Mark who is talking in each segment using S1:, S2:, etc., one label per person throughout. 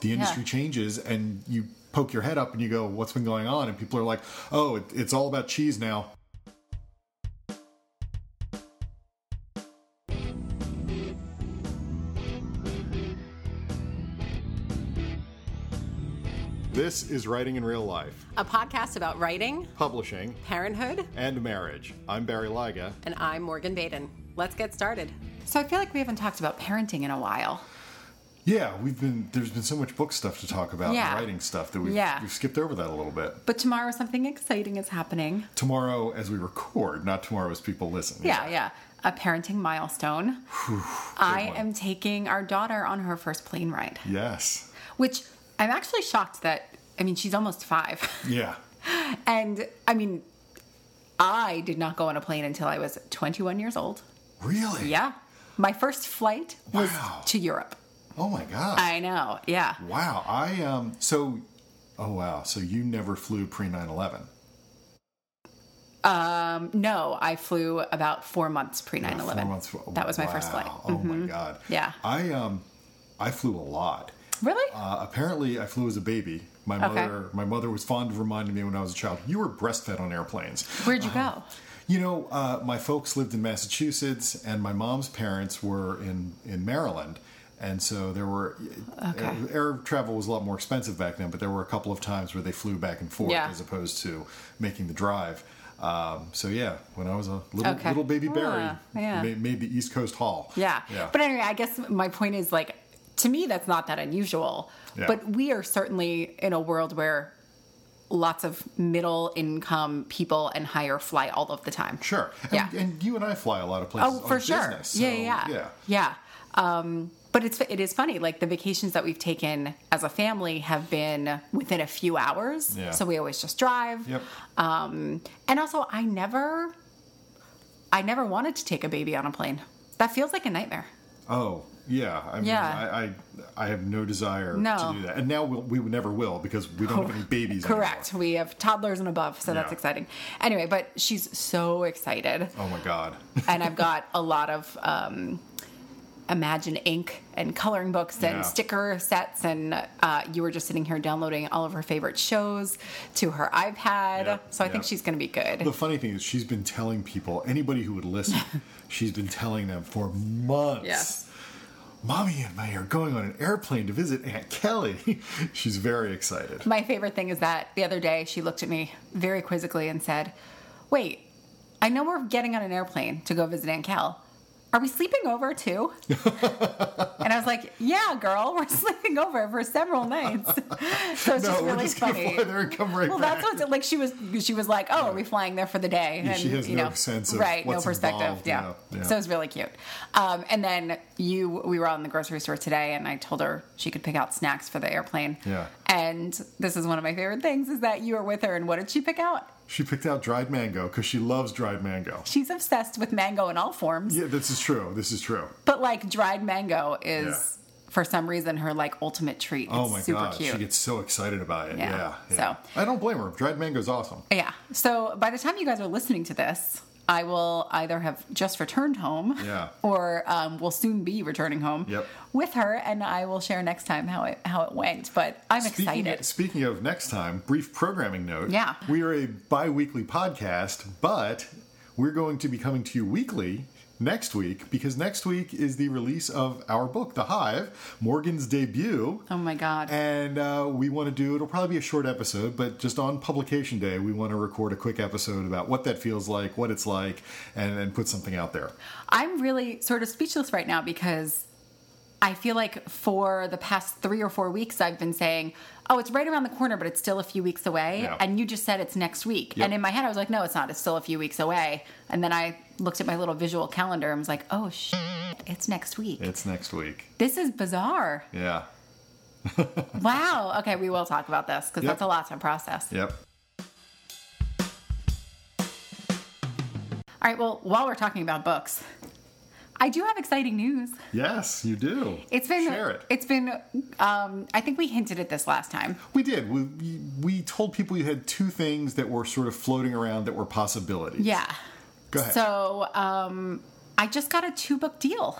S1: the industry changes and you poke your head up and you go, what's been going on? And people are like, oh, it, it's all about cheese now. This is Writing in Real Life,
S2: a podcast about writing,
S1: Publishing,
S2: parenthood,
S1: and Marriage. I'm Barry Liga.
S2: and I'm Morgan Baden. Let's get started. So I feel like we haven't talked about parenting in a while.
S1: Yeah, we've been there's been so much book stuff to talk about
S2: Yeah.
S1: and writing stuff that we've,
S2: Yeah.
S1: we've skipped over that a little bit.
S2: But tomorrow something exciting is happening.
S1: Tomorrow as we record, not tomorrow as people listen.
S2: Yeah, yeah. A parenting milestone. I
S1: one.
S2: am taking our daughter on her first plane ride,
S1: Yes.
S2: which I'm actually shocked that I mean she's almost 5.
S1: Yeah.
S2: and I mean I did not go on a plane until I was 21 years old.
S1: Really?
S2: Yeah. My first flight was
S1: Wow.
S2: to Europe.
S1: Oh my gosh.
S2: I know. Yeah.
S1: wow. I um so oh wow. So you never flew pre 9/11.
S2: No, I flew about four months pre 9
S1: Four
S2: 11.
S1: months-
S2: That was my first flight. Mm. Mm-hmm.
S1: wow. Oh my god.
S2: Yeah.
S1: I um I flew a lot.
S2: Really?
S1: Uh, apparently, I flew as a baby. My
S2: Okay.
S1: mother, my mother was fond of reminding me when I was a child. You were breastfed on airplanes.
S2: Where'd you
S1: uh-huh.
S2: go?
S1: You know, uh, my folks lived in Massachusetts, and my mom's parents were in in Maryland, and so there were
S2: Okay.
S1: air, air travel was a lot more expensive back then. But there were a couple of times where they flew back and forth
S2: Yeah.
S1: as opposed to making the drive. Um, so yeah, when I was a little
S2: Okay.
S1: little baby Barry,
S2: Ah, yeah.
S1: ma- made the East Coast haul.
S2: Yeah.
S1: yeah.
S2: But anyway, I guess my point is like, to me, that's not that unusual.
S1: Yeah.
S2: But we are certainly in a world where lots of middle income people and higher fly all of the time.
S1: sure. And,
S2: Yeah.
S1: and you and I fly a lot of places.
S2: Oh, for
S1: on
S2: sure.
S1: Business,
S2: yeah,
S1: so,
S2: yeah,
S1: yeah.
S2: yeah. Um, but it's it is funny. Like the vacations that we've taken as a family have been within a few hours.
S1: Yeah.
S2: So we always just drive.
S1: Yep.
S2: Um, and also, I never, I never wanted to take a baby on a plane. That feels like a nightmare.
S1: Oh yeah, I mean,
S2: Yeah.
S1: I, I I have no desire
S2: No.
S1: to do that, and now we'll, we never will because we don't have any babies.
S2: Correct.
S1: anymore.
S2: We have toddlers and above, so that's
S1: Yeah.
S2: exciting. Anyway, but she's so excited,
S1: Oh my god.
S2: and I've got a lot of um, Imagine ink and coloring books and
S1: Yeah.
S2: sticker sets, and uh, you were just sitting here downloading all of her favorite shows to her iPad.
S1: Yep,
S2: So I think
S1: yep.
S2: she's going to be good.
S1: The funny thing is, she's been telling people, anybody who would listen, she's been telling them for months.
S2: Yes.
S1: Mommy and I are going on an airplane to visit Aunt Kelly. she's very excited.
S2: My favorite thing is that the other day she looked at me very quizzically and said, Wait, I know we're getting on an airplane to go visit Aunt Cal. Are we sleeping over too? and I was like, Yeah, girl, we're sleeping over for several nights. So it's just
S1: no, we're
S2: really
S1: just
S2: funny.
S1: gonna fly there and come right
S2: Well,
S1: back.
S2: that's what's like. She was she was like, "Oh, are we flying there for the day?"
S1: Yeah, she has
S2: you
S1: no
S2: know,
S1: sense of
S2: right,
S1: what's
S2: no perspective.
S1: involved,
S2: yeah.
S1: yeah, yeah.
S2: so it's really cute. Um, and then you, we were out in the grocery store today, and I told her she could pick out snacks for the airplane.
S1: Yeah.
S2: and this is one of my favorite things is that you were with her, and what did she pick out?
S1: she picked out dried mango because she loves dried mango.
S2: She's obsessed with mango in all forms,
S1: Yeah, this is true. This is true.
S2: but like dried mango is.
S1: Yeah.
S2: For some reason, her like ultimate treat.
S1: Oh
S2: It's
S1: my
S2: super
S1: god,
S2: cute.
S1: she gets so excited about it.
S2: Yeah,
S1: Yeah.
S2: so-
S1: I don't blame her. Dried mango's awesome.
S2: Yeah. So by the time you guys are listening to this, I will either have just returned home,
S1: Yeah.
S2: or um, will soon be returning home
S1: Yep.
S2: with her, and I will share next time how it how it went. But I'm
S1: Speaking
S2: excited.
S1: of, speaking of next time, brief programming note.
S2: Yeah.
S1: We are a bi weekly podcast, but we're going to be coming to you weekly next week because next week is the release of our book, The Hive, Morgan's debut.
S2: oh my god!
S1: And uh, we want to do, it'll probably be a short episode, but just on publication day, we want to record a quick episode about what that feels like, what it's like, and, and put something out there.
S2: I'm really sort of speechless right now because I feel like for the past three or four weeks I've been saying, "Oh, it's right around the corner, but it's still a few weeks away."
S1: Yeah.
S2: And you just said it's next week,
S1: Yep.
S2: and in my head I was like, "No, it's not. It's still a few weeks away." And then I looked at my little visual calendar and was like, "Oh shit, it's next week."
S1: It's next week.
S2: This is bizarre.
S1: Yeah.
S2: Wow. Okay, we will talk about this because
S1: Yep.
S2: that's a lot to process.
S1: Yep.
S2: All right, well, while we're talking about books, I do have exciting news.
S1: Yes, you do.
S2: It's been
S1: Share it.
S2: has been um I think we hinted at this last time.
S1: We did. We, we- we told people you had two things that were sort of floating around that were possibilities.
S2: Yeah.
S1: Go ahead.
S2: So, um I just got a two book deal.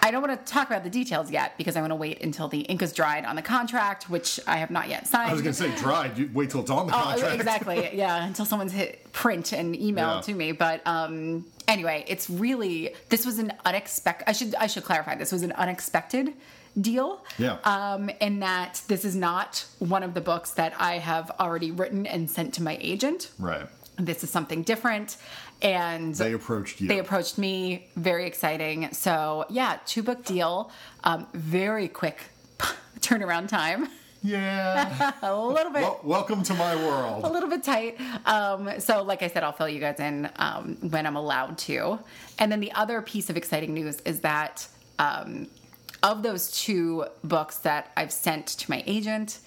S2: I don't want to talk about the details yet because I want to wait until the ink is dried on the contract, which I have not yet signed.
S1: I was going to say dried. You wait till it's on the
S2: Oh,
S1: contract.
S2: exactly. Yeah, until someone's hit print and email
S1: Yeah.
S2: to me. But um, anyway, it's really this was an unexpected. I should I should clarify. This was an unexpected deal.
S1: Yeah.
S2: Um, in that this is not one of the books that I have already written and sent to my agent.
S1: Right.
S2: This is something different, and
S1: They approached you.
S2: they approached me. Very exciting. So yeah, two book deal. Um, very quick turnaround time.
S1: yeah.
S2: A little bit.
S1: well, welcome to my world.
S2: a little bit tight. Um, so, like I said, I'll fill you guys in um, when I'm allowed to. And then the other piece of exciting news is that um, of those two books that I've sent to my agent,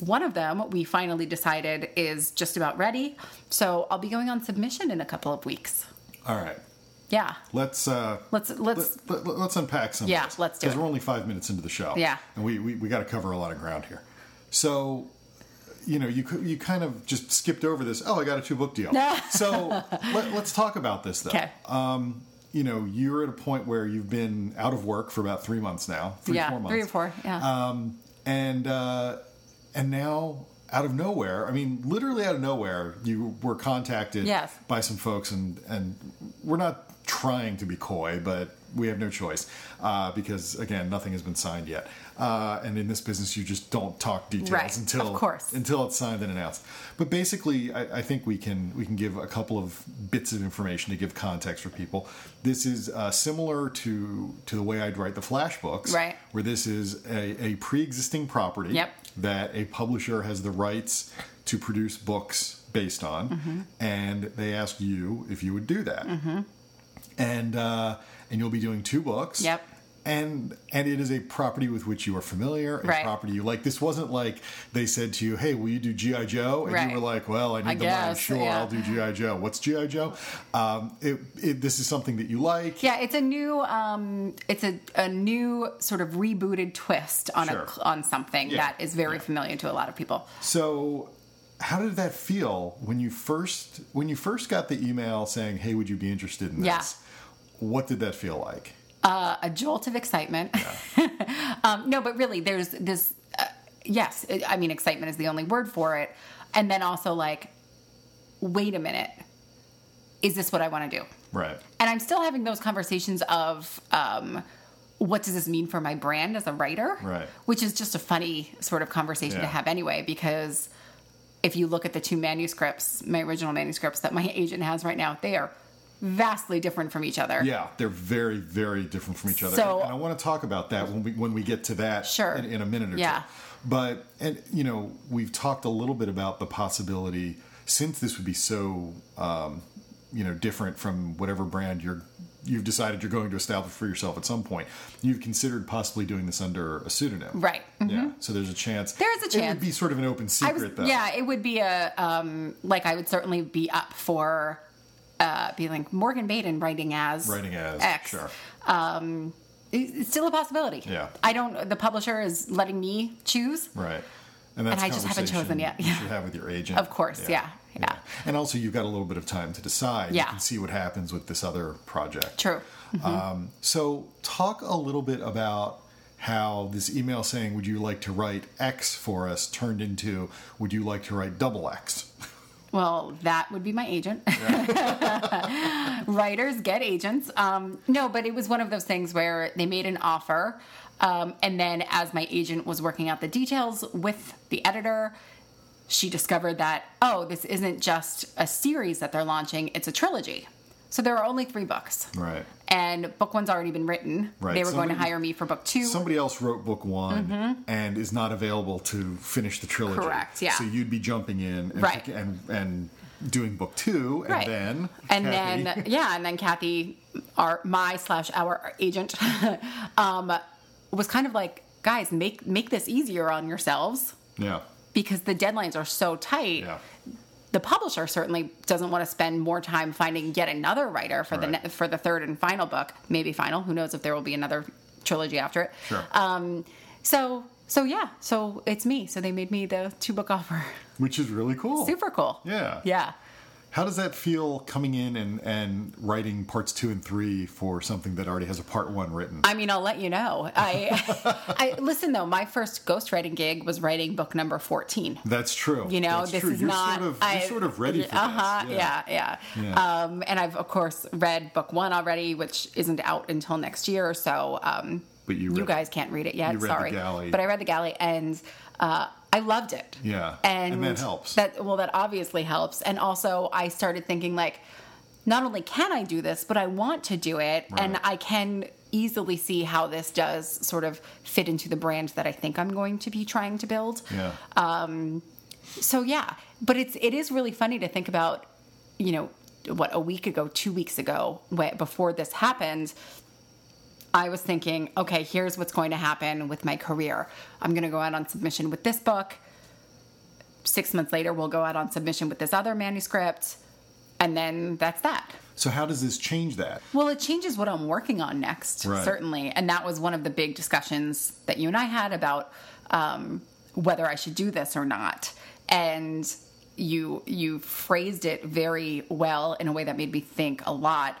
S2: one of them we finally decided is just about ready. So I'll be going on submission in a couple of weeks.
S1: All right.
S2: Yeah.
S1: Let's uh
S2: Let's let's
S1: let, let, us unpack some.
S2: Yeah, let's do
S1: Because
S2: it.
S1: we're only five minutes into the show.
S2: Yeah.
S1: and we we, we got to cover a lot of ground here. So, you know, you cou- you kind of just skipped over this. Oh, I got a two book deal. so let, let's talk about this though.
S2: okay.
S1: You know, you're at a point where you've been out of work for about three months now. Three
S2: yeah,
S1: four months.
S2: three or four. Yeah.
S1: Um, and uh, and now out of nowhere, I mean, literally out of nowhere, you were contacted
S2: Yes.
S1: by some folks, and and we're not trying to be coy, but we have no choice uh, because again, nothing has been signed yet. Uh, and in this business, you just don't talk details
S2: Right,
S1: until
S2: of course.
S1: until it's signed and announced. But basically, I, I think we can we can give a couple of bits of information to give context for people. This is uh, similar to to the way I'd write the flash books,
S2: Right.
S1: where this is a, a pre-existing property
S2: Yep.
S1: that a publisher has the rights to produce books based on,
S2: Mm-hmm.
S1: and they ask you if you would do that, and uh, and you'll be doing two books.
S2: Yep.
S1: And and it is a property with which you are familiar, a
S2: Right.
S1: property you like. This wasn't like they said to you, "Hey, will you do GI Joe?" And
S2: Right.
S1: you were like, "Well, I need
S2: I
S1: the money.
S2: guess,
S1: Sure,
S2: yeah.
S1: I'll do GI Joe." What's GI Joe? Um, it, it, this is something that you like.
S2: Yeah, it's a new, um, it's a, a new sort of rebooted twist on
S1: Sure.
S2: a, on something
S1: Yeah.
S2: that is very
S1: Yeah.
S2: familiar to a lot of people.
S1: So, how did that feel when you first when you first got the email saying, "Hey, would you be interested in this?"
S2: Yeah.
S1: What did that feel like?
S2: Uh, a jolt of excitement. um, no, but really, there's this. Uh, yes, it, I mean, excitement is the only word for it, and then also like, wait a minute, is this what I want to do?
S1: Right.
S2: and I'm still having those conversations of um, what does this mean for my brand as a writer?
S1: Right.
S2: Which is just a funny sort of conversation to
S1: Yeah.
S2: have anyway, because if you look at the two manuscripts, my original manuscripts that my agent has right now, they are vastly different from each other.
S1: Yeah, they're very, very different from each other,
S2: So-
S1: and I want to talk about that when we when we get to that
S2: Sure.
S1: in, in a minute or
S2: Yeah.
S1: two. But and you know we've talked a little bit about the possibility since this would be so um, you know different from whatever brand you're you've decided you're going to establish for yourself at some point. You've considered possibly doing this under a pseudonym,
S2: Right.
S1: Yeah. So there's a chance.
S2: Mm-hmm. There is a
S1: It
S2: chance.
S1: would be sort of an open
S2: I
S1: secret,
S2: was,
S1: though.
S2: yeah, it would be a um, like I would certainly be up for uh, being like Morgan Baden writing as
S1: Writing as
S2: X.
S1: sure.
S2: It- It's still a possibility.
S1: Yeah.
S2: I don't. The publisher is letting me choose.
S1: Right. And that's
S2: And I just haven't
S1: conversation
S2: chosen yet.
S1: You should have with your agent.
S2: Of course, yeah, yeah.
S1: And also, you've got a little bit of time to decide.
S2: Yeah. Mm-hmm.
S1: You can see what happens with this other project.
S2: True.
S1: Um, so, talk a little bit about how this email saying, Would you like to write X for us, turned into, Would you like to write double X?
S2: Well, that would be my agent. Writers get agents. Um, no, but it was one of those things where they made an offer. Um, and then, as my agent was working out the details with the editor, she discovered that, oh, this isn't just a series that they're launching, it's a trilogy. So there are only three books.
S1: Right.
S2: And book one's already been written.
S1: Right.
S2: They were going to
S1: Somebody-
S2: hire me for book two.
S1: Somebody else wrote book one and is not available to finish the trilogy.
S2: Mm-hmm. Correct, yeah.
S1: So you'd be jumping in and,
S2: Right.
S1: and, and doing book two, and
S2: Right.
S1: then
S2: and
S1: Kathy-
S2: then yeah, and then Kathy, our my slash our agent, um, was kind of like, guys, make make this easier on yourselves
S1: yeah,
S2: because the deadlines are so tight.
S1: yeah,
S2: The publisher certainly doesn't want to spend more time finding yet another writer for the
S1: Right.
S2: ne- for the third and final book, maybe final. Who knows if there will be another trilogy after it?
S1: sure.
S2: Um, so so yeah, so it's me. So they made me the two book offer.
S1: Which is really cool.
S2: Super cool.
S1: Yeah.
S2: Yeah.
S1: How does that feel coming in and, and writing parts two and three for something that already has a part one written?
S2: I mean, I'll let you know. I, I listen though. My first ghostwriting gig was writing book number fourteen.
S1: That's true.
S2: You know,
S1: That's
S2: this
S1: true.
S2: is
S1: you're
S2: not.
S1: Sort of,
S2: I-
S1: you're sort of ready for
S2: uh-huh,
S1: this.
S2: Yeah, yeah.
S1: Yeah.
S2: Um, and I've of course read book one already, which isn't out until next year. So, um,
S1: But you read-
S2: guys can't read it yet.
S1: you read The
S2: sorry,
S1: Galley.
S2: but I read the galley and uh, I loved it.
S1: Yeah.
S2: and,
S1: And that helps.
S2: That well, that obviously helps. And also, I started thinking like, not only can I do this, but I want to do it, and
S1: Right.
S2: I can easily see how this does sort of fit into the brand that I think I'm going to be trying to build.
S1: Yeah.
S2: Uh, So yeah, but it's it is really funny to think about, you know, what a week ago, two weeks ago, wh- before this happened, I was thinking, okay, here's what's going to happen with my career. I'm going to go out on submission with this book. Six months later, we'll go out on submission with this other manuscript, and then that's that.
S1: so how does this change that?
S2: Well, it changes what I'm working on next,
S1: Right.
S2: certainly. And that was one of the big discussions that you and I had about um, whether I should do this or not. And you you phrased it very well in a way that made me think a lot.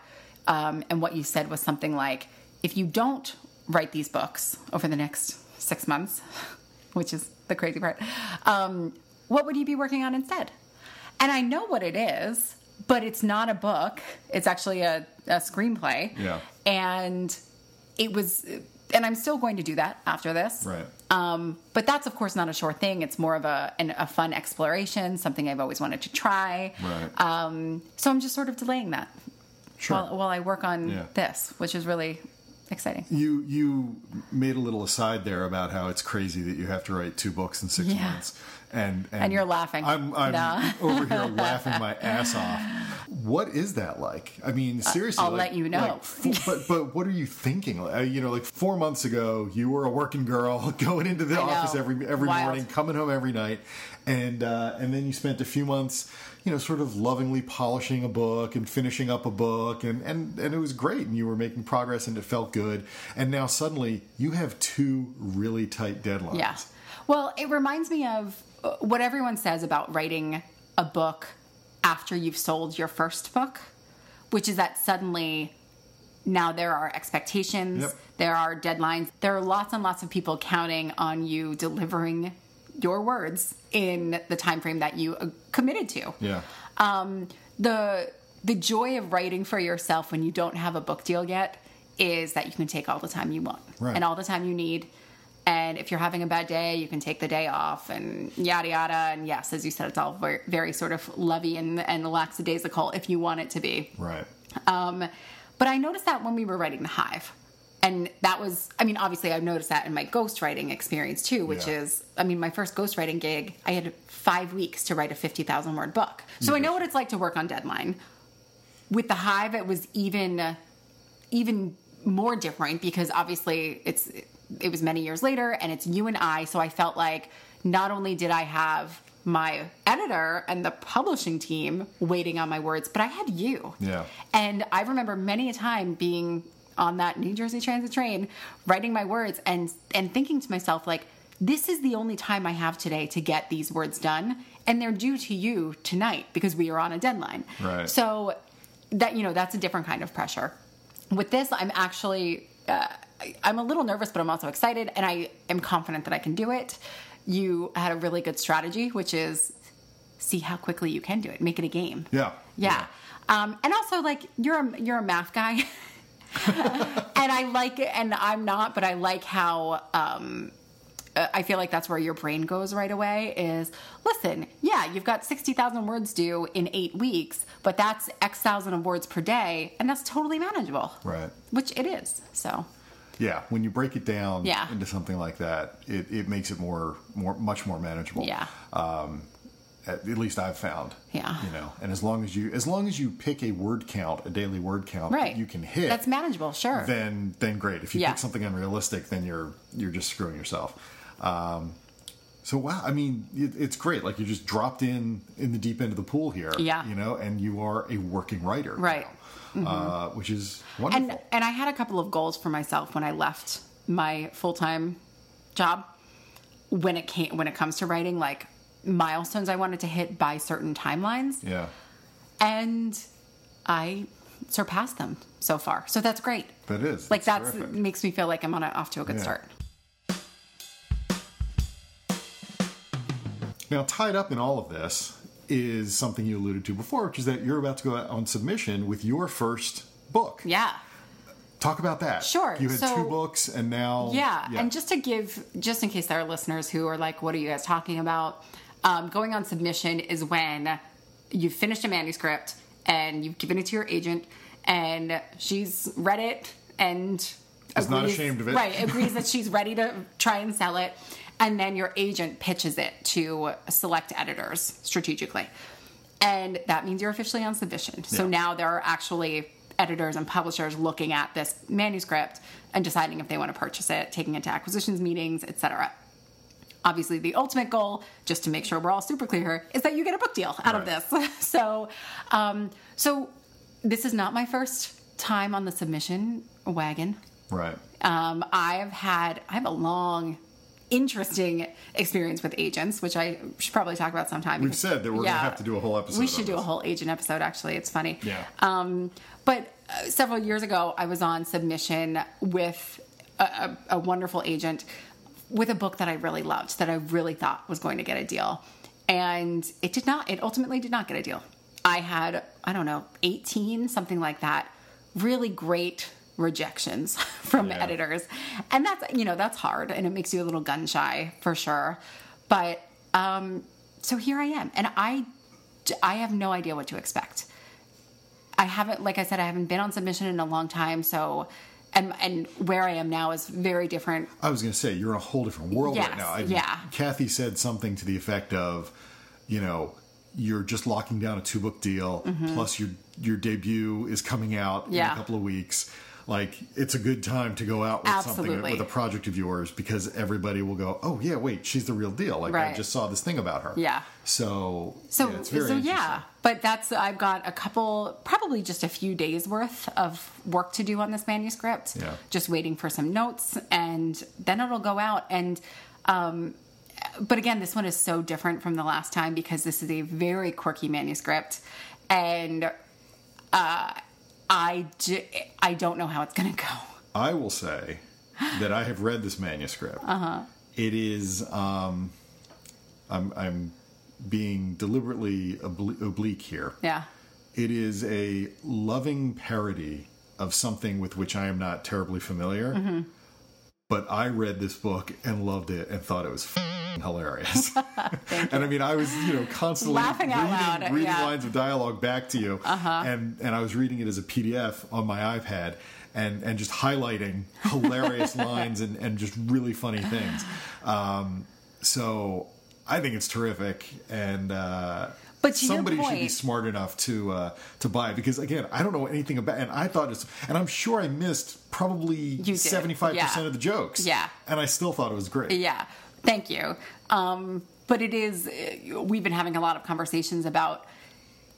S2: Um, and what you said was something like, if you don't write these books over the next six months, which is the crazy part, um, what would you be working on instead? And I know what it is, but it's not a book. It's actually a, a screenplay.
S1: Yeah.
S2: And it was, and I'm still going to do that after this.
S1: Right.
S2: Um, but that's of course not a sure thing. It's more of a an, a fun exploration, something I've always wanted to try.
S1: Right.
S2: Um, so I'm just sort of delaying that
S1: Sure.
S2: while, while I work on
S1: Yeah.
S2: this, which is really exciting.
S1: you you made a little aside there about how it's crazy that you have to write two books in six
S2: Yeah.
S1: months, and, and
S2: you're laughing.
S1: I'm I'm
S2: No.
S1: over here laughing my ass off. What is that like? I mean, seriously,
S2: Uh, I'll
S1: like-
S2: let you know.
S1: like, f- but but what are you thinking? Like, uh, you know, like four months ago, you were a working girl going into the
S2: I know.
S1: office every every
S2: Wild.
S1: morning, coming home every night, and uh, and then you spent a few months. You know, sort of lovingly polishing a book and finishing up a book, and, and, and it was great, and you were making progress, and it felt good. And now suddenly you have two really tight deadlines.
S2: Yeah. Well, it reminds me of uh, what everyone says about writing a book after you've sold your first book, which is that suddenly now there are expectations,
S1: Yep.
S2: there are deadlines, there are lots and lots of people counting on you delivering your words in the time frame that you uh, committed to
S1: Yeah.
S2: um, the the joy of writing for yourself when you don't have a book deal yet is that you can take all the time you want
S1: Right.
S2: and all the time you need. And if you're having a bad day, you can take the day off and yada yada. And yes, as you said, it's all very, very sort of lovey and, and lackadaisical if you want it to be.
S1: Right.
S2: Um, but I noticed that when we were writing The Hive. And that was, I mean, obviously, I've noticed that in my ghostwriting experience too, which
S1: Yeah.
S2: is, I mean, my first ghostwriting gig, I had five weeks to write a 50,000 word book. So I know what it's like to work on deadline. With The Hive, it was even, even more different because obviously it's, it was many years later and it's you and I. So I felt like not only did I have my editor and the publishing team waiting on my words, but I had you.
S1: Yeah.
S2: And I remember many a time being on that New Jersey Transit train, writing my words and and thinking to myself like, this is the only time I have today to get these words done, and they're due to you tonight because we are on a deadline.
S1: Right.
S2: So that you know that's a different kind of pressure. With this, I'm actually uh, I- I'm a little nervous, but I'm also excited, and I am confident that I can do it. You had a really good strategy, which is see how quickly you can do it. Make it a game.
S1: Yeah.
S2: Yeah. Um, and also like you're a, you're a math guy. and I like and I'm not, but I like how um uh, I feel like that's where your brain goes right away is listen, yeah, you've got 60,000 words due in 8 weeks, but that's x thousand of words per day and that's totally manageable.
S1: Right.
S2: Which it is. So,
S1: Yeah, when you break it down
S2: Yeah.
S1: into something like that, it, it makes it more more much more manageable.
S2: yeah.
S1: At, at least I've found.
S2: Yeah.
S1: You know, and as long as you as long as you pick a word count, a daily word count that
S2: Right.
S1: you can hit
S2: That's manageable, sure.
S1: then then great. If you
S2: Yeah.
S1: pick something unrealistic, then you're you're just screwing yourself. Um so wow, I mean, it, it's great. Like you just dropped in in the deep end of the pool here,
S2: Yeah.
S1: You know, and you are a working writer,
S2: Right. Mm-hmm.
S1: now, uh, which is wonderful.
S2: and and I had a couple of goals for myself when I left my full time job. When it came, when it comes to writing, like milestones I wanted to hit by certain timelines,
S1: yeah,
S2: and I surpassed them so far. So that's great.
S1: That is
S2: Like that's
S1: terrific.
S2: makes me feel like I'm on a, off to a good
S1: Yeah.
S2: start.
S1: Now, tied up in all of this is something you alluded to before, which is that you're about to go out on submission with your first book.
S2: Yeah.
S1: Talk about that.
S2: Sure,
S1: You had
S2: so-
S1: two books, and now
S2: Yeah, and just to give, just in case there are listeners who are like, "What are you guys talking about?" Um, going on submission is when you've finished a manuscript and you've given it to your agent, and she's read it and
S1: Is not ashamed of it.
S2: Right, agrees that she's ready to try and sell it, and then your agent pitches it to select editors strategically, and that means you're officially on submission. So
S1: Yeah.
S2: now there are actually editors and publishers looking at this manuscript and deciding if they want to purchase it, taking it to acquisitions meetings, etc. Obviously, the ultimate goal, just to make sure we're all super clear, is that you get a book deal out of
S1: Right.
S2: this. so, um, so this is not my first time on the submission wagon.
S1: right.
S2: Um, I've had I have a long, interesting experience with agents, which I should probably talk about sometime.
S1: We've said that we're
S2: Yeah.
S1: gonna have to do a whole episode.
S2: We
S1: on
S2: should do a
S1: this.
S2: whole agent episode. Actually, it's funny.
S1: Yeah.
S2: Um, but uh, several years ago, I was on submission with a, a, a wonderful agent with a book that I really loved, that I really thought was going to get a deal, and it did not. It ultimately did not get a deal. I had I don't know eighteen something like that. Really great rejections from
S1: Yeah.
S2: editors editors. And that's, you know, that's hard and it makes you a little gun shy for sure. But um so here I am and I I have no idea what to expect. I haven't like I said I haven't been on submission in a long time, so and and where I am now is very different
S1: I was going to say you're in a whole different world right
S2: Yes,
S1: now. I,
S2: yeah.
S1: Kathy said something to the effect of, you know, you're just locking down a two book deal. Plus your your debut is coming out in
S2: Mm-hmm. Yeah.
S1: a couple of weeks. Like it's a good time to go out with something
S2: Absolutely.
S1: with a project of yours because everybody will go, oh yeah, wait, she's the real deal. Like I
S2: Right.
S1: just saw this thing about her.
S2: Yeah.
S1: So
S2: So,
S1: yeah, it's very
S2: so
S1: interesting.
S2: yeah, but that's I've got a couple, probably just a few days worth of work to do on this manuscript.
S1: Yeah.
S2: Just waiting for some notes, and then it'll go out. And, um, but again, this one is so different from the last time because this is a very quirky manuscript, and uh, I j- I don't know how it's gonna go.
S1: I will say that I have read this manuscript. It is. Um, I'm, I'm being deliberately obli- oblique here.
S2: Yeah.
S1: It is a loving parody of something with which I am not terribly familiar.
S2: Mm-hmm.
S1: But I read this book and loved it and thought it was f hilarious. and I mean, I was you know constantly
S2: Laughing out
S1: reading,
S2: loud,
S1: reading
S2: yeah. Uh-huh.
S1: lines of dialogue back to you, and and I was reading it as a PDF on my iPad. And, and just highlighting hilarious lines and, and just really funny things. Um, so I think it's terrific. And uh,
S2: But to your
S1: somebody should be
S2: point-
S1: smart enough to uh, to buy it because again, I don't know anything about, and I thought it's, and I'm sure I missed probably
S2: did,
S1: seventy five
S2: yeah.
S1: percent of the jokes.
S2: Yeah.
S1: and I still thought it was great.
S2: Yeah, thank you. Um, but it is, uh, we've been having a lot of conversations about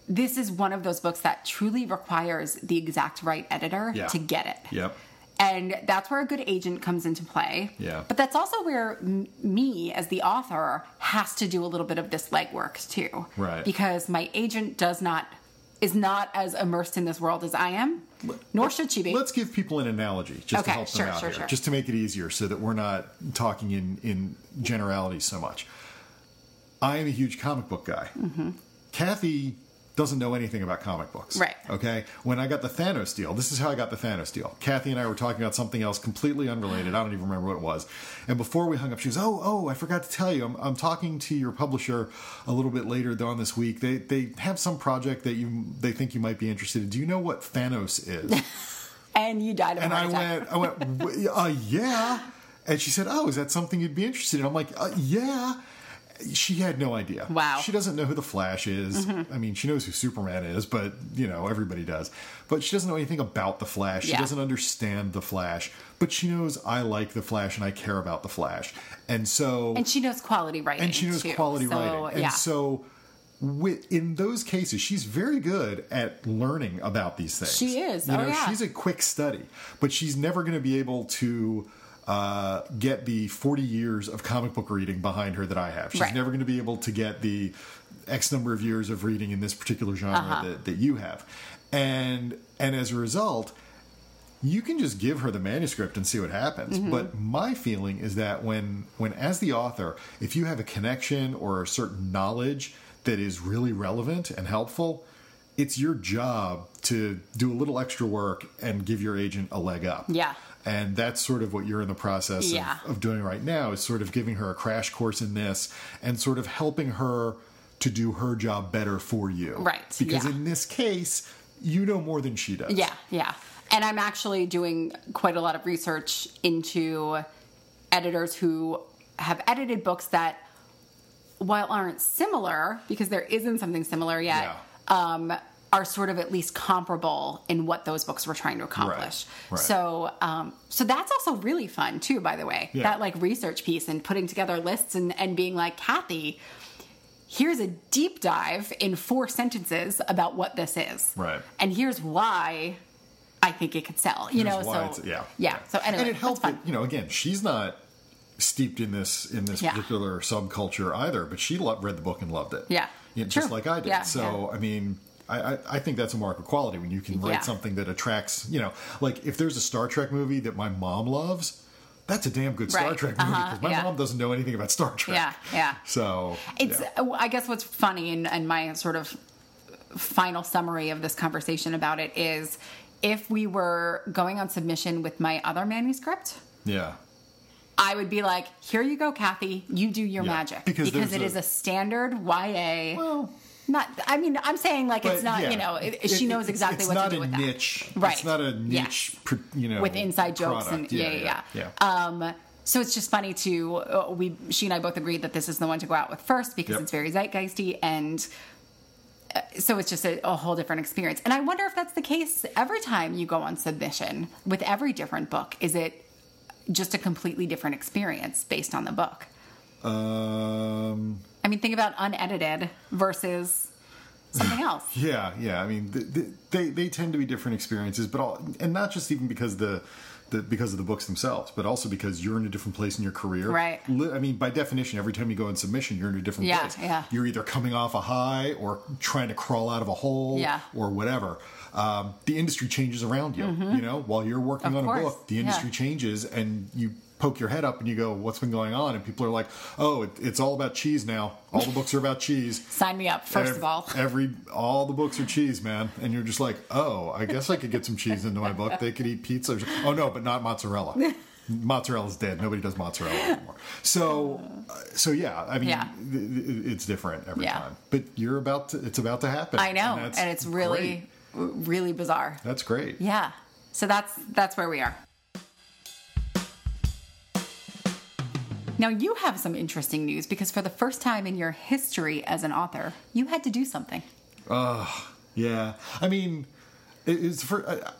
S2: this is one of those books that truly requires the exact right editor
S1: Yeah.
S2: to get it.
S1: Yep.
S2: And that's where a good agent comes into play.
S1: Yeah.
S2: But that's also where m- me, as the author, has to do a little bit of this legwork too.
S1: Right.
S2: Because my agent does not, is not as immersed in this world as I am, nor should she be.
S1: Let's give people an analogy just to
S2: Okay,
S1: help them
S2: sure,
S1: out
S2: sure,
S1: here,
S2: sure.
S1: just to make it easier, so that we're not talking in in generalities so much. I am a huge comic book guy.
S2: Mm-hmm.
S1: Kathy doesn't know anything about comic books.
S2: Right.
S1: Okay. When I got the Thanos deal, this is how I got the Thanos deal. Kathy and I were talking about something else completely unrelated. I don't even remember what it was. And before we hung up, she goes, "Oh, oh, I forgot to tell you. I'm, I'm talking to your publisher a little bit later on this week. They they have some project that you they think you might be interested in. Do you know what Thanos is?"
S2: and you died of a
S1: And
S2: heart
S1: I went,
S2: attack.
S1: I went, "W- uh, yeah. And she said, oh, is that something you'd be interested in? I'm like, uh, yeah. She had no idea.
S2: Wow. Mm-hmm.
S1: She doesn't know who the Flash is. I mean, she knows who Superman is, but you know, everybody does. But she doesn't know anything about the Flash. She
S2: Yeah.
S1: doesn't understand the Flash. But she knows I like the Flash and I care about the Flash. And so
S2: And she knows quality writing.
S1: and she knows
S2: too.
S1: quality
S2: So,
S1: writing. And
S2: yeah.
S1: so wi- in those cases, she's very good at learning about these things.
S2: She is.
S1: You
S2: Oh,
S1: know,
S2: yeah.
S1: she's a quick study, but she's never going to be able to uh, get the 40 years of comic book reading behind her that I have. She's
S2: Right.
S1: never going to be able to get the X number of years of reading in this particular genre
S2: Uh-huh.
S1: that, that you have. And and as a result, you can just give her the manuscript and see what happens.
S2: Mm-hmm.
S1: But my feeling is that when when as the author, if you have a connection or a certain knowledge that is really relevant and helpful, it's your job to do a little extra work and give your agent a leg up.
S2: Yeah.
S1: And that's sort of what you're in the process
S2: Yeah.
S1: of, of doing right now is sort of giving her a crash course in this and sort of helping her to do her job better for you.
S2: Right,
S1: Because
S2: yeah.
S1: in this case, you know more than she does.
S2: Yeah, yeah. And I'm actually doing quite a lot of research into editors who have edited books that, while aren't similar, because there isn't something similar yet, um, are sort of at least comparable in what those books were trying to accomplish.
S1: right.
S2: So, um, so that's also really fun too. By the way,
S1: Yeah.
S2: that like research piece and putting together lists and and being like Kathy. Here's a deep dive in four sentences about what this is
S1: Right.
S2: and here's why I think it could sell. You
S1: Here's
S2: know,
S1: why it's-
S2: so
S1: yeah,
S2: yeah. So anyway,
S1: and it helped
S2: that's
S1: that
S2: fun.
S1: you know again she's not steeped in this in this
S2: Yeah.
S1: particular subculture either, but she lo- read the book and loved it.
S2: Yeah.
S1: You know, just
S2: True.
S1: like I did.
S2: Yeah,
S1: so I mean. I, I- I think that's a mark of quality when you can write
S2: Yeah.
S1: something that attracts, you know, like if there's a Star Trek movie that my mom loves, that's a damn good Star
S2: Right.
S1: Trek movie
S2: Uh-huh,
S1: because my
S2: yeah.
S1: mom doesn't know anything about Star Trek.
S2: Yeah, yeah.
S1: So
S2: It's
S1: yeah.
S2: I guess what's funny and, and my sort of final summary of this conversation about it is if we were going on submission with my other manuscript,
S1: yeah,
S2: I would be like, here you go, Kathy, you do your
S1: Yeah.
S2: magic.
S1: Because
S2: because
S1: there's
S2: it
S1: a-
S2: is a standard YA.
S1: Well,
S2: not I mean, I'm saying like
S1: but,
S2: it's not,
S1: yeah.
S2: you know, it,
S1: It-
S2: she
S1: it-
S2: knows exactly
S1: it's
S2: what
S1: not
S2: to do
S1: a
S2: with that.
S1: niche, It's
S2: Right.
S1: not a
S2: Yeah.
S1: niche, pr- you know,
S2: with inside jokes
S1: product.
S2: and yeah yeah yeah.
S1: yeah.
S2: Um, so it's just funny to uh, we she and I both agreed that this is the one to go out with first because
S1: Yep.
S2: it's very zeitgeisty and. uh, So it's just a, a whole different experience, and I wonder if that's the case every time you go on submission with every different book. Is it just a completely different experience based on the book? Uh,
S1: Um,
S2: I mean, think about unedited versus something else.
S1: yeah, yeah. I mean, th- th- they they tend to be different experiences, but all, and not just even because the. The, because of the books themselves, but also because you're in a different place in your career.
S2: Right.
S1: Li- I mean, by definition, every time you go in submission, you're in a different
S2: Yeah,
S1: place.
S2: yeah.
S1: You're either coming off a high or trying to crawl out of a hole
S2: Yeah.
S1: or whatever. Um, the industry changes around you. You know, while you're working
S2: Mm-hmm. Of
S1: on a
S2: course,
S1: book, the industry
S2: yeah.
S1: changes and you poke your head up and you go, what's been going on? And people are like, oh, it, it's all about cheese now. All the books are about cheese.
S2: Sign me up, first
S1: Ev-
S2: of all.
S1: every all the books are cheese, man, and you're just like, oh, I guess I could get some cheese into my book. They could eat pizza. or- Oh no, but not mozzarella. Mozzarella's dead. Nobody does mozzarella anymore. So, uh, so yeah, I mean,
S2: Yeah.
S1: th- th- it's different every
S2: Yeah.
S1: time. But you're about to. It's about to happen.
S2: I know, and,
S1: that's
S2: it's really,
S1: great.
S2: really bizarre.
S1: That's great.
S2: Yeah. So that's that's where we are. Now you have some interesting news because for the first time in your history as an author, you had to do something.
S1: Yeah, I mean, it- it's for. I,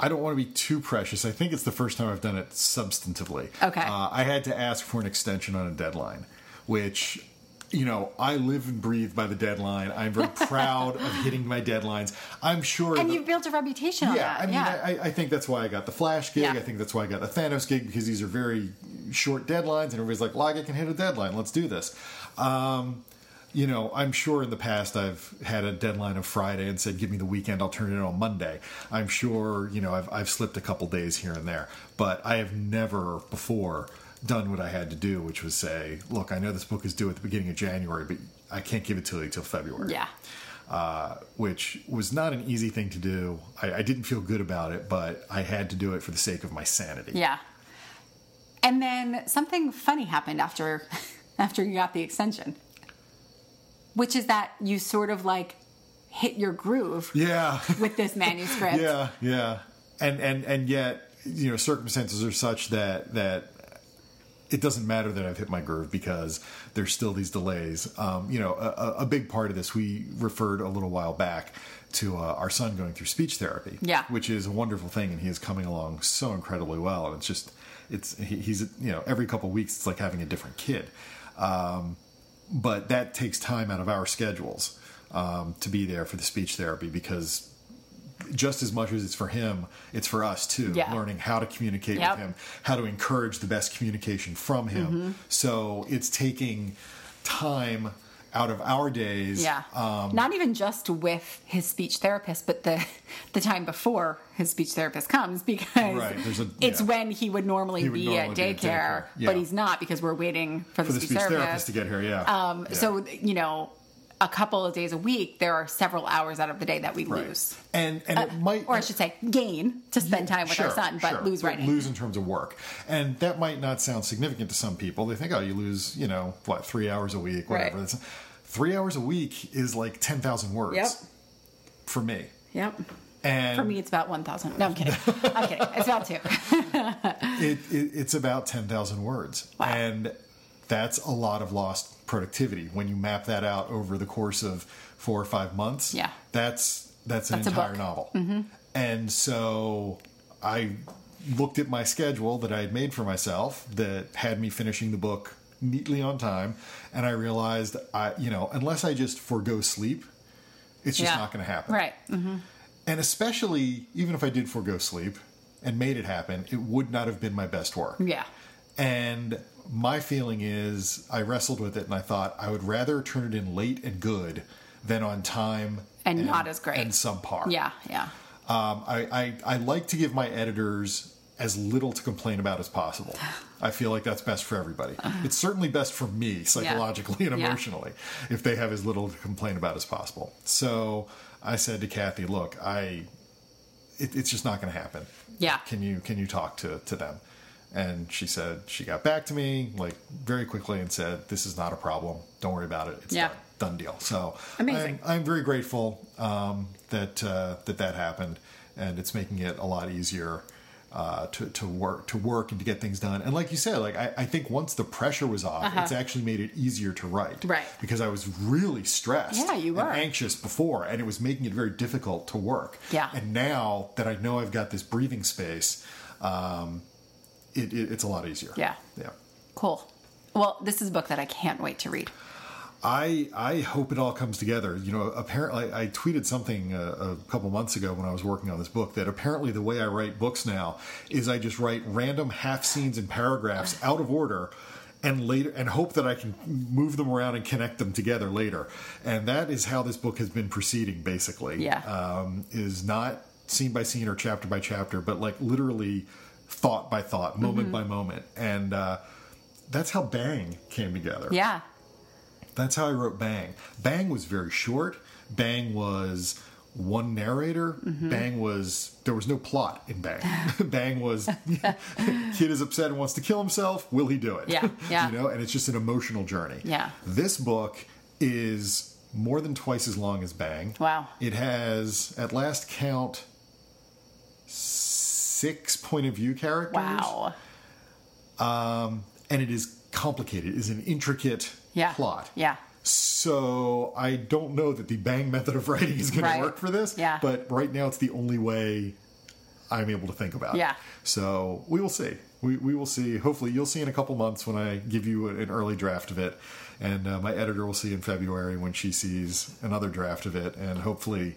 S1: I don't want to be too precious. I think it's the first time I've done it substantively.
S2: Okay.
S1: Uh, I had to ask for an extension on a deadline, which, you know, I live and breathe by the deadline. I'm very proud of hitting my deadlines. I'm sure.
S2: And
S1: that-
S2: you've built a reputation on
S1: yeah,
S2: that.
S1: I mean,
S2: yeah.
S1: I, I think that's why I got the Flash gig.
S2: Yeah.
S1: I think that's why I got the Thanos gig because these are very short deadlines, and everybody's like, "Log, I can hit a deadline. Let's do this." Um, you know, I'm sure in the past I've had a deadline of Friday and said, "Give me the weekend. I'll turn it in on Monday." I'm sure you know I've I've slipped a couple days here and there, but I have never before done what I had to do, which was say, "Look, I know this book is due at the beginning of January, but I can't give it to you till February."
S2: yeah.
S1: uh, which was not an easy thing to do. I, I didn't feel good about it, but I had to do it for the sake of my sanity.
S2: Yeah. And then something funny happened after after you got the extension. Which is that you sort of like hit your groove
S1: Yeah,
S2: with this manuscript.
S1: yeah, yeah. And and and yet, you know, circumstances are such that that it doesn't matter that I've hit my groove because there's still these delays. Um, you know, a, a- a big part of this we referred a little while back to uh, our son going through speech therapy,
S2: Yeah.
S1: which is a wonderful thing, and he is coming along so incredibly well. And it's just, it's he, he's you know every couple of weeks it's like having a different kid, um, but that takes time out of our schedules um, to be there for the speech therapy because just as much as it's for him, it's for us too.
S2: Yeah.
S1: Learning how to communicate
S2: Yep. Mm-hmm.
S1: with him, how to encourage the best communication from him. So it's taking time out of our days. um,
S2: Yeah. Not even just with his speech therapist, but the the time before his speech therapist comes because
S1: Right, there's a-
S2: it's
S1: yeah.
S2: when he would normally
S1: He would
S2: be at
S1: normally be
S2: daycare,
S1: at daycare, yeah.
S2: but he's not because we're waiting for the,
S1: For the
S2: speech,
S1: speech
S2: therapist.
S1: therapist to get here, yeah.
S2: um,
S1: Yeah.
S2: So, you know, a couple of days a week, there are several hours out of the day that we lose.
S1: And
S2: Uh,
S1: and it might
S2: Or I should say, gain to spend time with our
S1: Sure,
S2: son, but
S1: sure.
S2: lose writing.
S1: Lose in terms of work, and that might not sound significant to some people. They think, oh, you lose, you know, what three hours a week, whatever.
S2: Right.
S1: That's, three hours a week is like ten thousand words.
S2: Yep.
S1: For me,
S2: Yep.
S1: and
S2: For me, it's about 1,000. No, I'm kidding. I'm kidding. It's about two.
S1: it, it it's about 10,000 words.
S2: Wow.
S1: And that's a lot of lost productivity when you map that out over the course of 4 or 5 months.
S2: Yeah.
S1: That's that's an
S2: That's a
S1: entire
S2: book. Mm-hmm.
S1: novel. And so I looked at my schedule that I had made for myself that had me finishing the book neatly on time and I realized I you know, unless I just forego sleep, it's just
S2: Yeah.
S1: not going to happen.
S2: Right. Mhm.
S1: And especially, even if I did forego sleep and made it happen, it would not have been my best work.
S2: Yeah.
S1: And my feeling is, I wrestled with it and I thought I would rather turn it in late and good than on time
S2: And not as great.
S1: and subpar.
S2: Yeah. Yeah.
S1: Um, I, I, I like to give my editors as little to complain about as possible. I feel like that's best for everybody. It's certainly best for me psychologically and
S2: Uh-huh. Yeah.
S1: emotionally if they have as little to complain about as possible. So I said to Kathy, "Look, I, it, it's just not going to happen.
S2: Yeah.
S1: Can you can you talk to to them?" And she said she got back to me like very quickly and said, "This is not a problem. Don't worry about it. It's
S2: Yeah.
S1: done." done deal. So
S2: Amazing.
S1: I'm, I'm very grateful um, that uh, that that happened, and it's making it a lot easier uh, to to work to work and to get things done. And like you said, like I, I think once the pressure was off, it's actually made it easier to write,
S2: Uh-huh. Right.
S1: Because I was really stressed,
S2: Yeah, you
S1: and
S2: were.
S1: anxious before, and it was making it very difficult to work.
S2: Yeah.
S1: And now that I know I've got this breathing space, um, it, it, it's a lot easier.
S2: Yeah.
S1: Yeah.
S2: Cool. Well, this is a book that I can't wait to read.
S1: I I hope it all comes together. You know, apparently I tweeted something uh, a, a couple months ago when I was working on this book that apparently the way I write books now is I just write random half scenes and paragraphs out of order and later and hope that I can move them around and connect them together later. And that is how this book has been proceeding basically.
S2: Yeah.
S1: Um, is not scene by scene or chapter by chapter, but like literally thought by thought, moment by moment. And uh that's how Bang came together.
S2: Yeah.
S1: That's how I wrote Bang. Bang was very short. Bang was one narrator.
S2: Mm-hmm.
S1: Bang was there was no plot in Bang. Bang was kid is upset and wants to kill himself. Will he do it?
S2: Yeah, yeah.
S1: you know, and it's just an emotional journey.
S2: Yeah.
S1: This book is more than twice as long as Bang.
S2: Wow.
S1: It has at last count six point of view characters
S2: Wow.
S1: and it is complicated. It is an intricate
S2: Yeah.
S1: plot.
S2: Yeah.
S1: So I don't know that the bang method of writing is going
S2: Right.
S1: to work for this.
S2: Yeah.
S1: But right now, it's the only way I'm able to think about
S2: Yeah.
S1: it. So we will see. We, we will see. Hopefully, you'll see in a couple months when I give you an early draft of it. And uh, my editor will see in February when she sees another draft of it. And hopefully,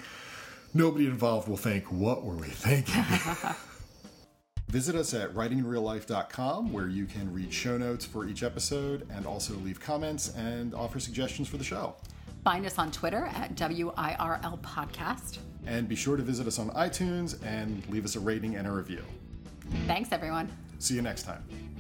S1: nobody involved will think, what were we thinking? Visit us at writinginreallife.com where you can read show notes for each episode and also leave comments and offer suggestions for the show.
S2: Find us on Twitter at WIRL Podcast.
S1: And be sure to visit us on iTunes and leave us a rating and a review.
S2: Thanks, everyone.
S1: See you next time.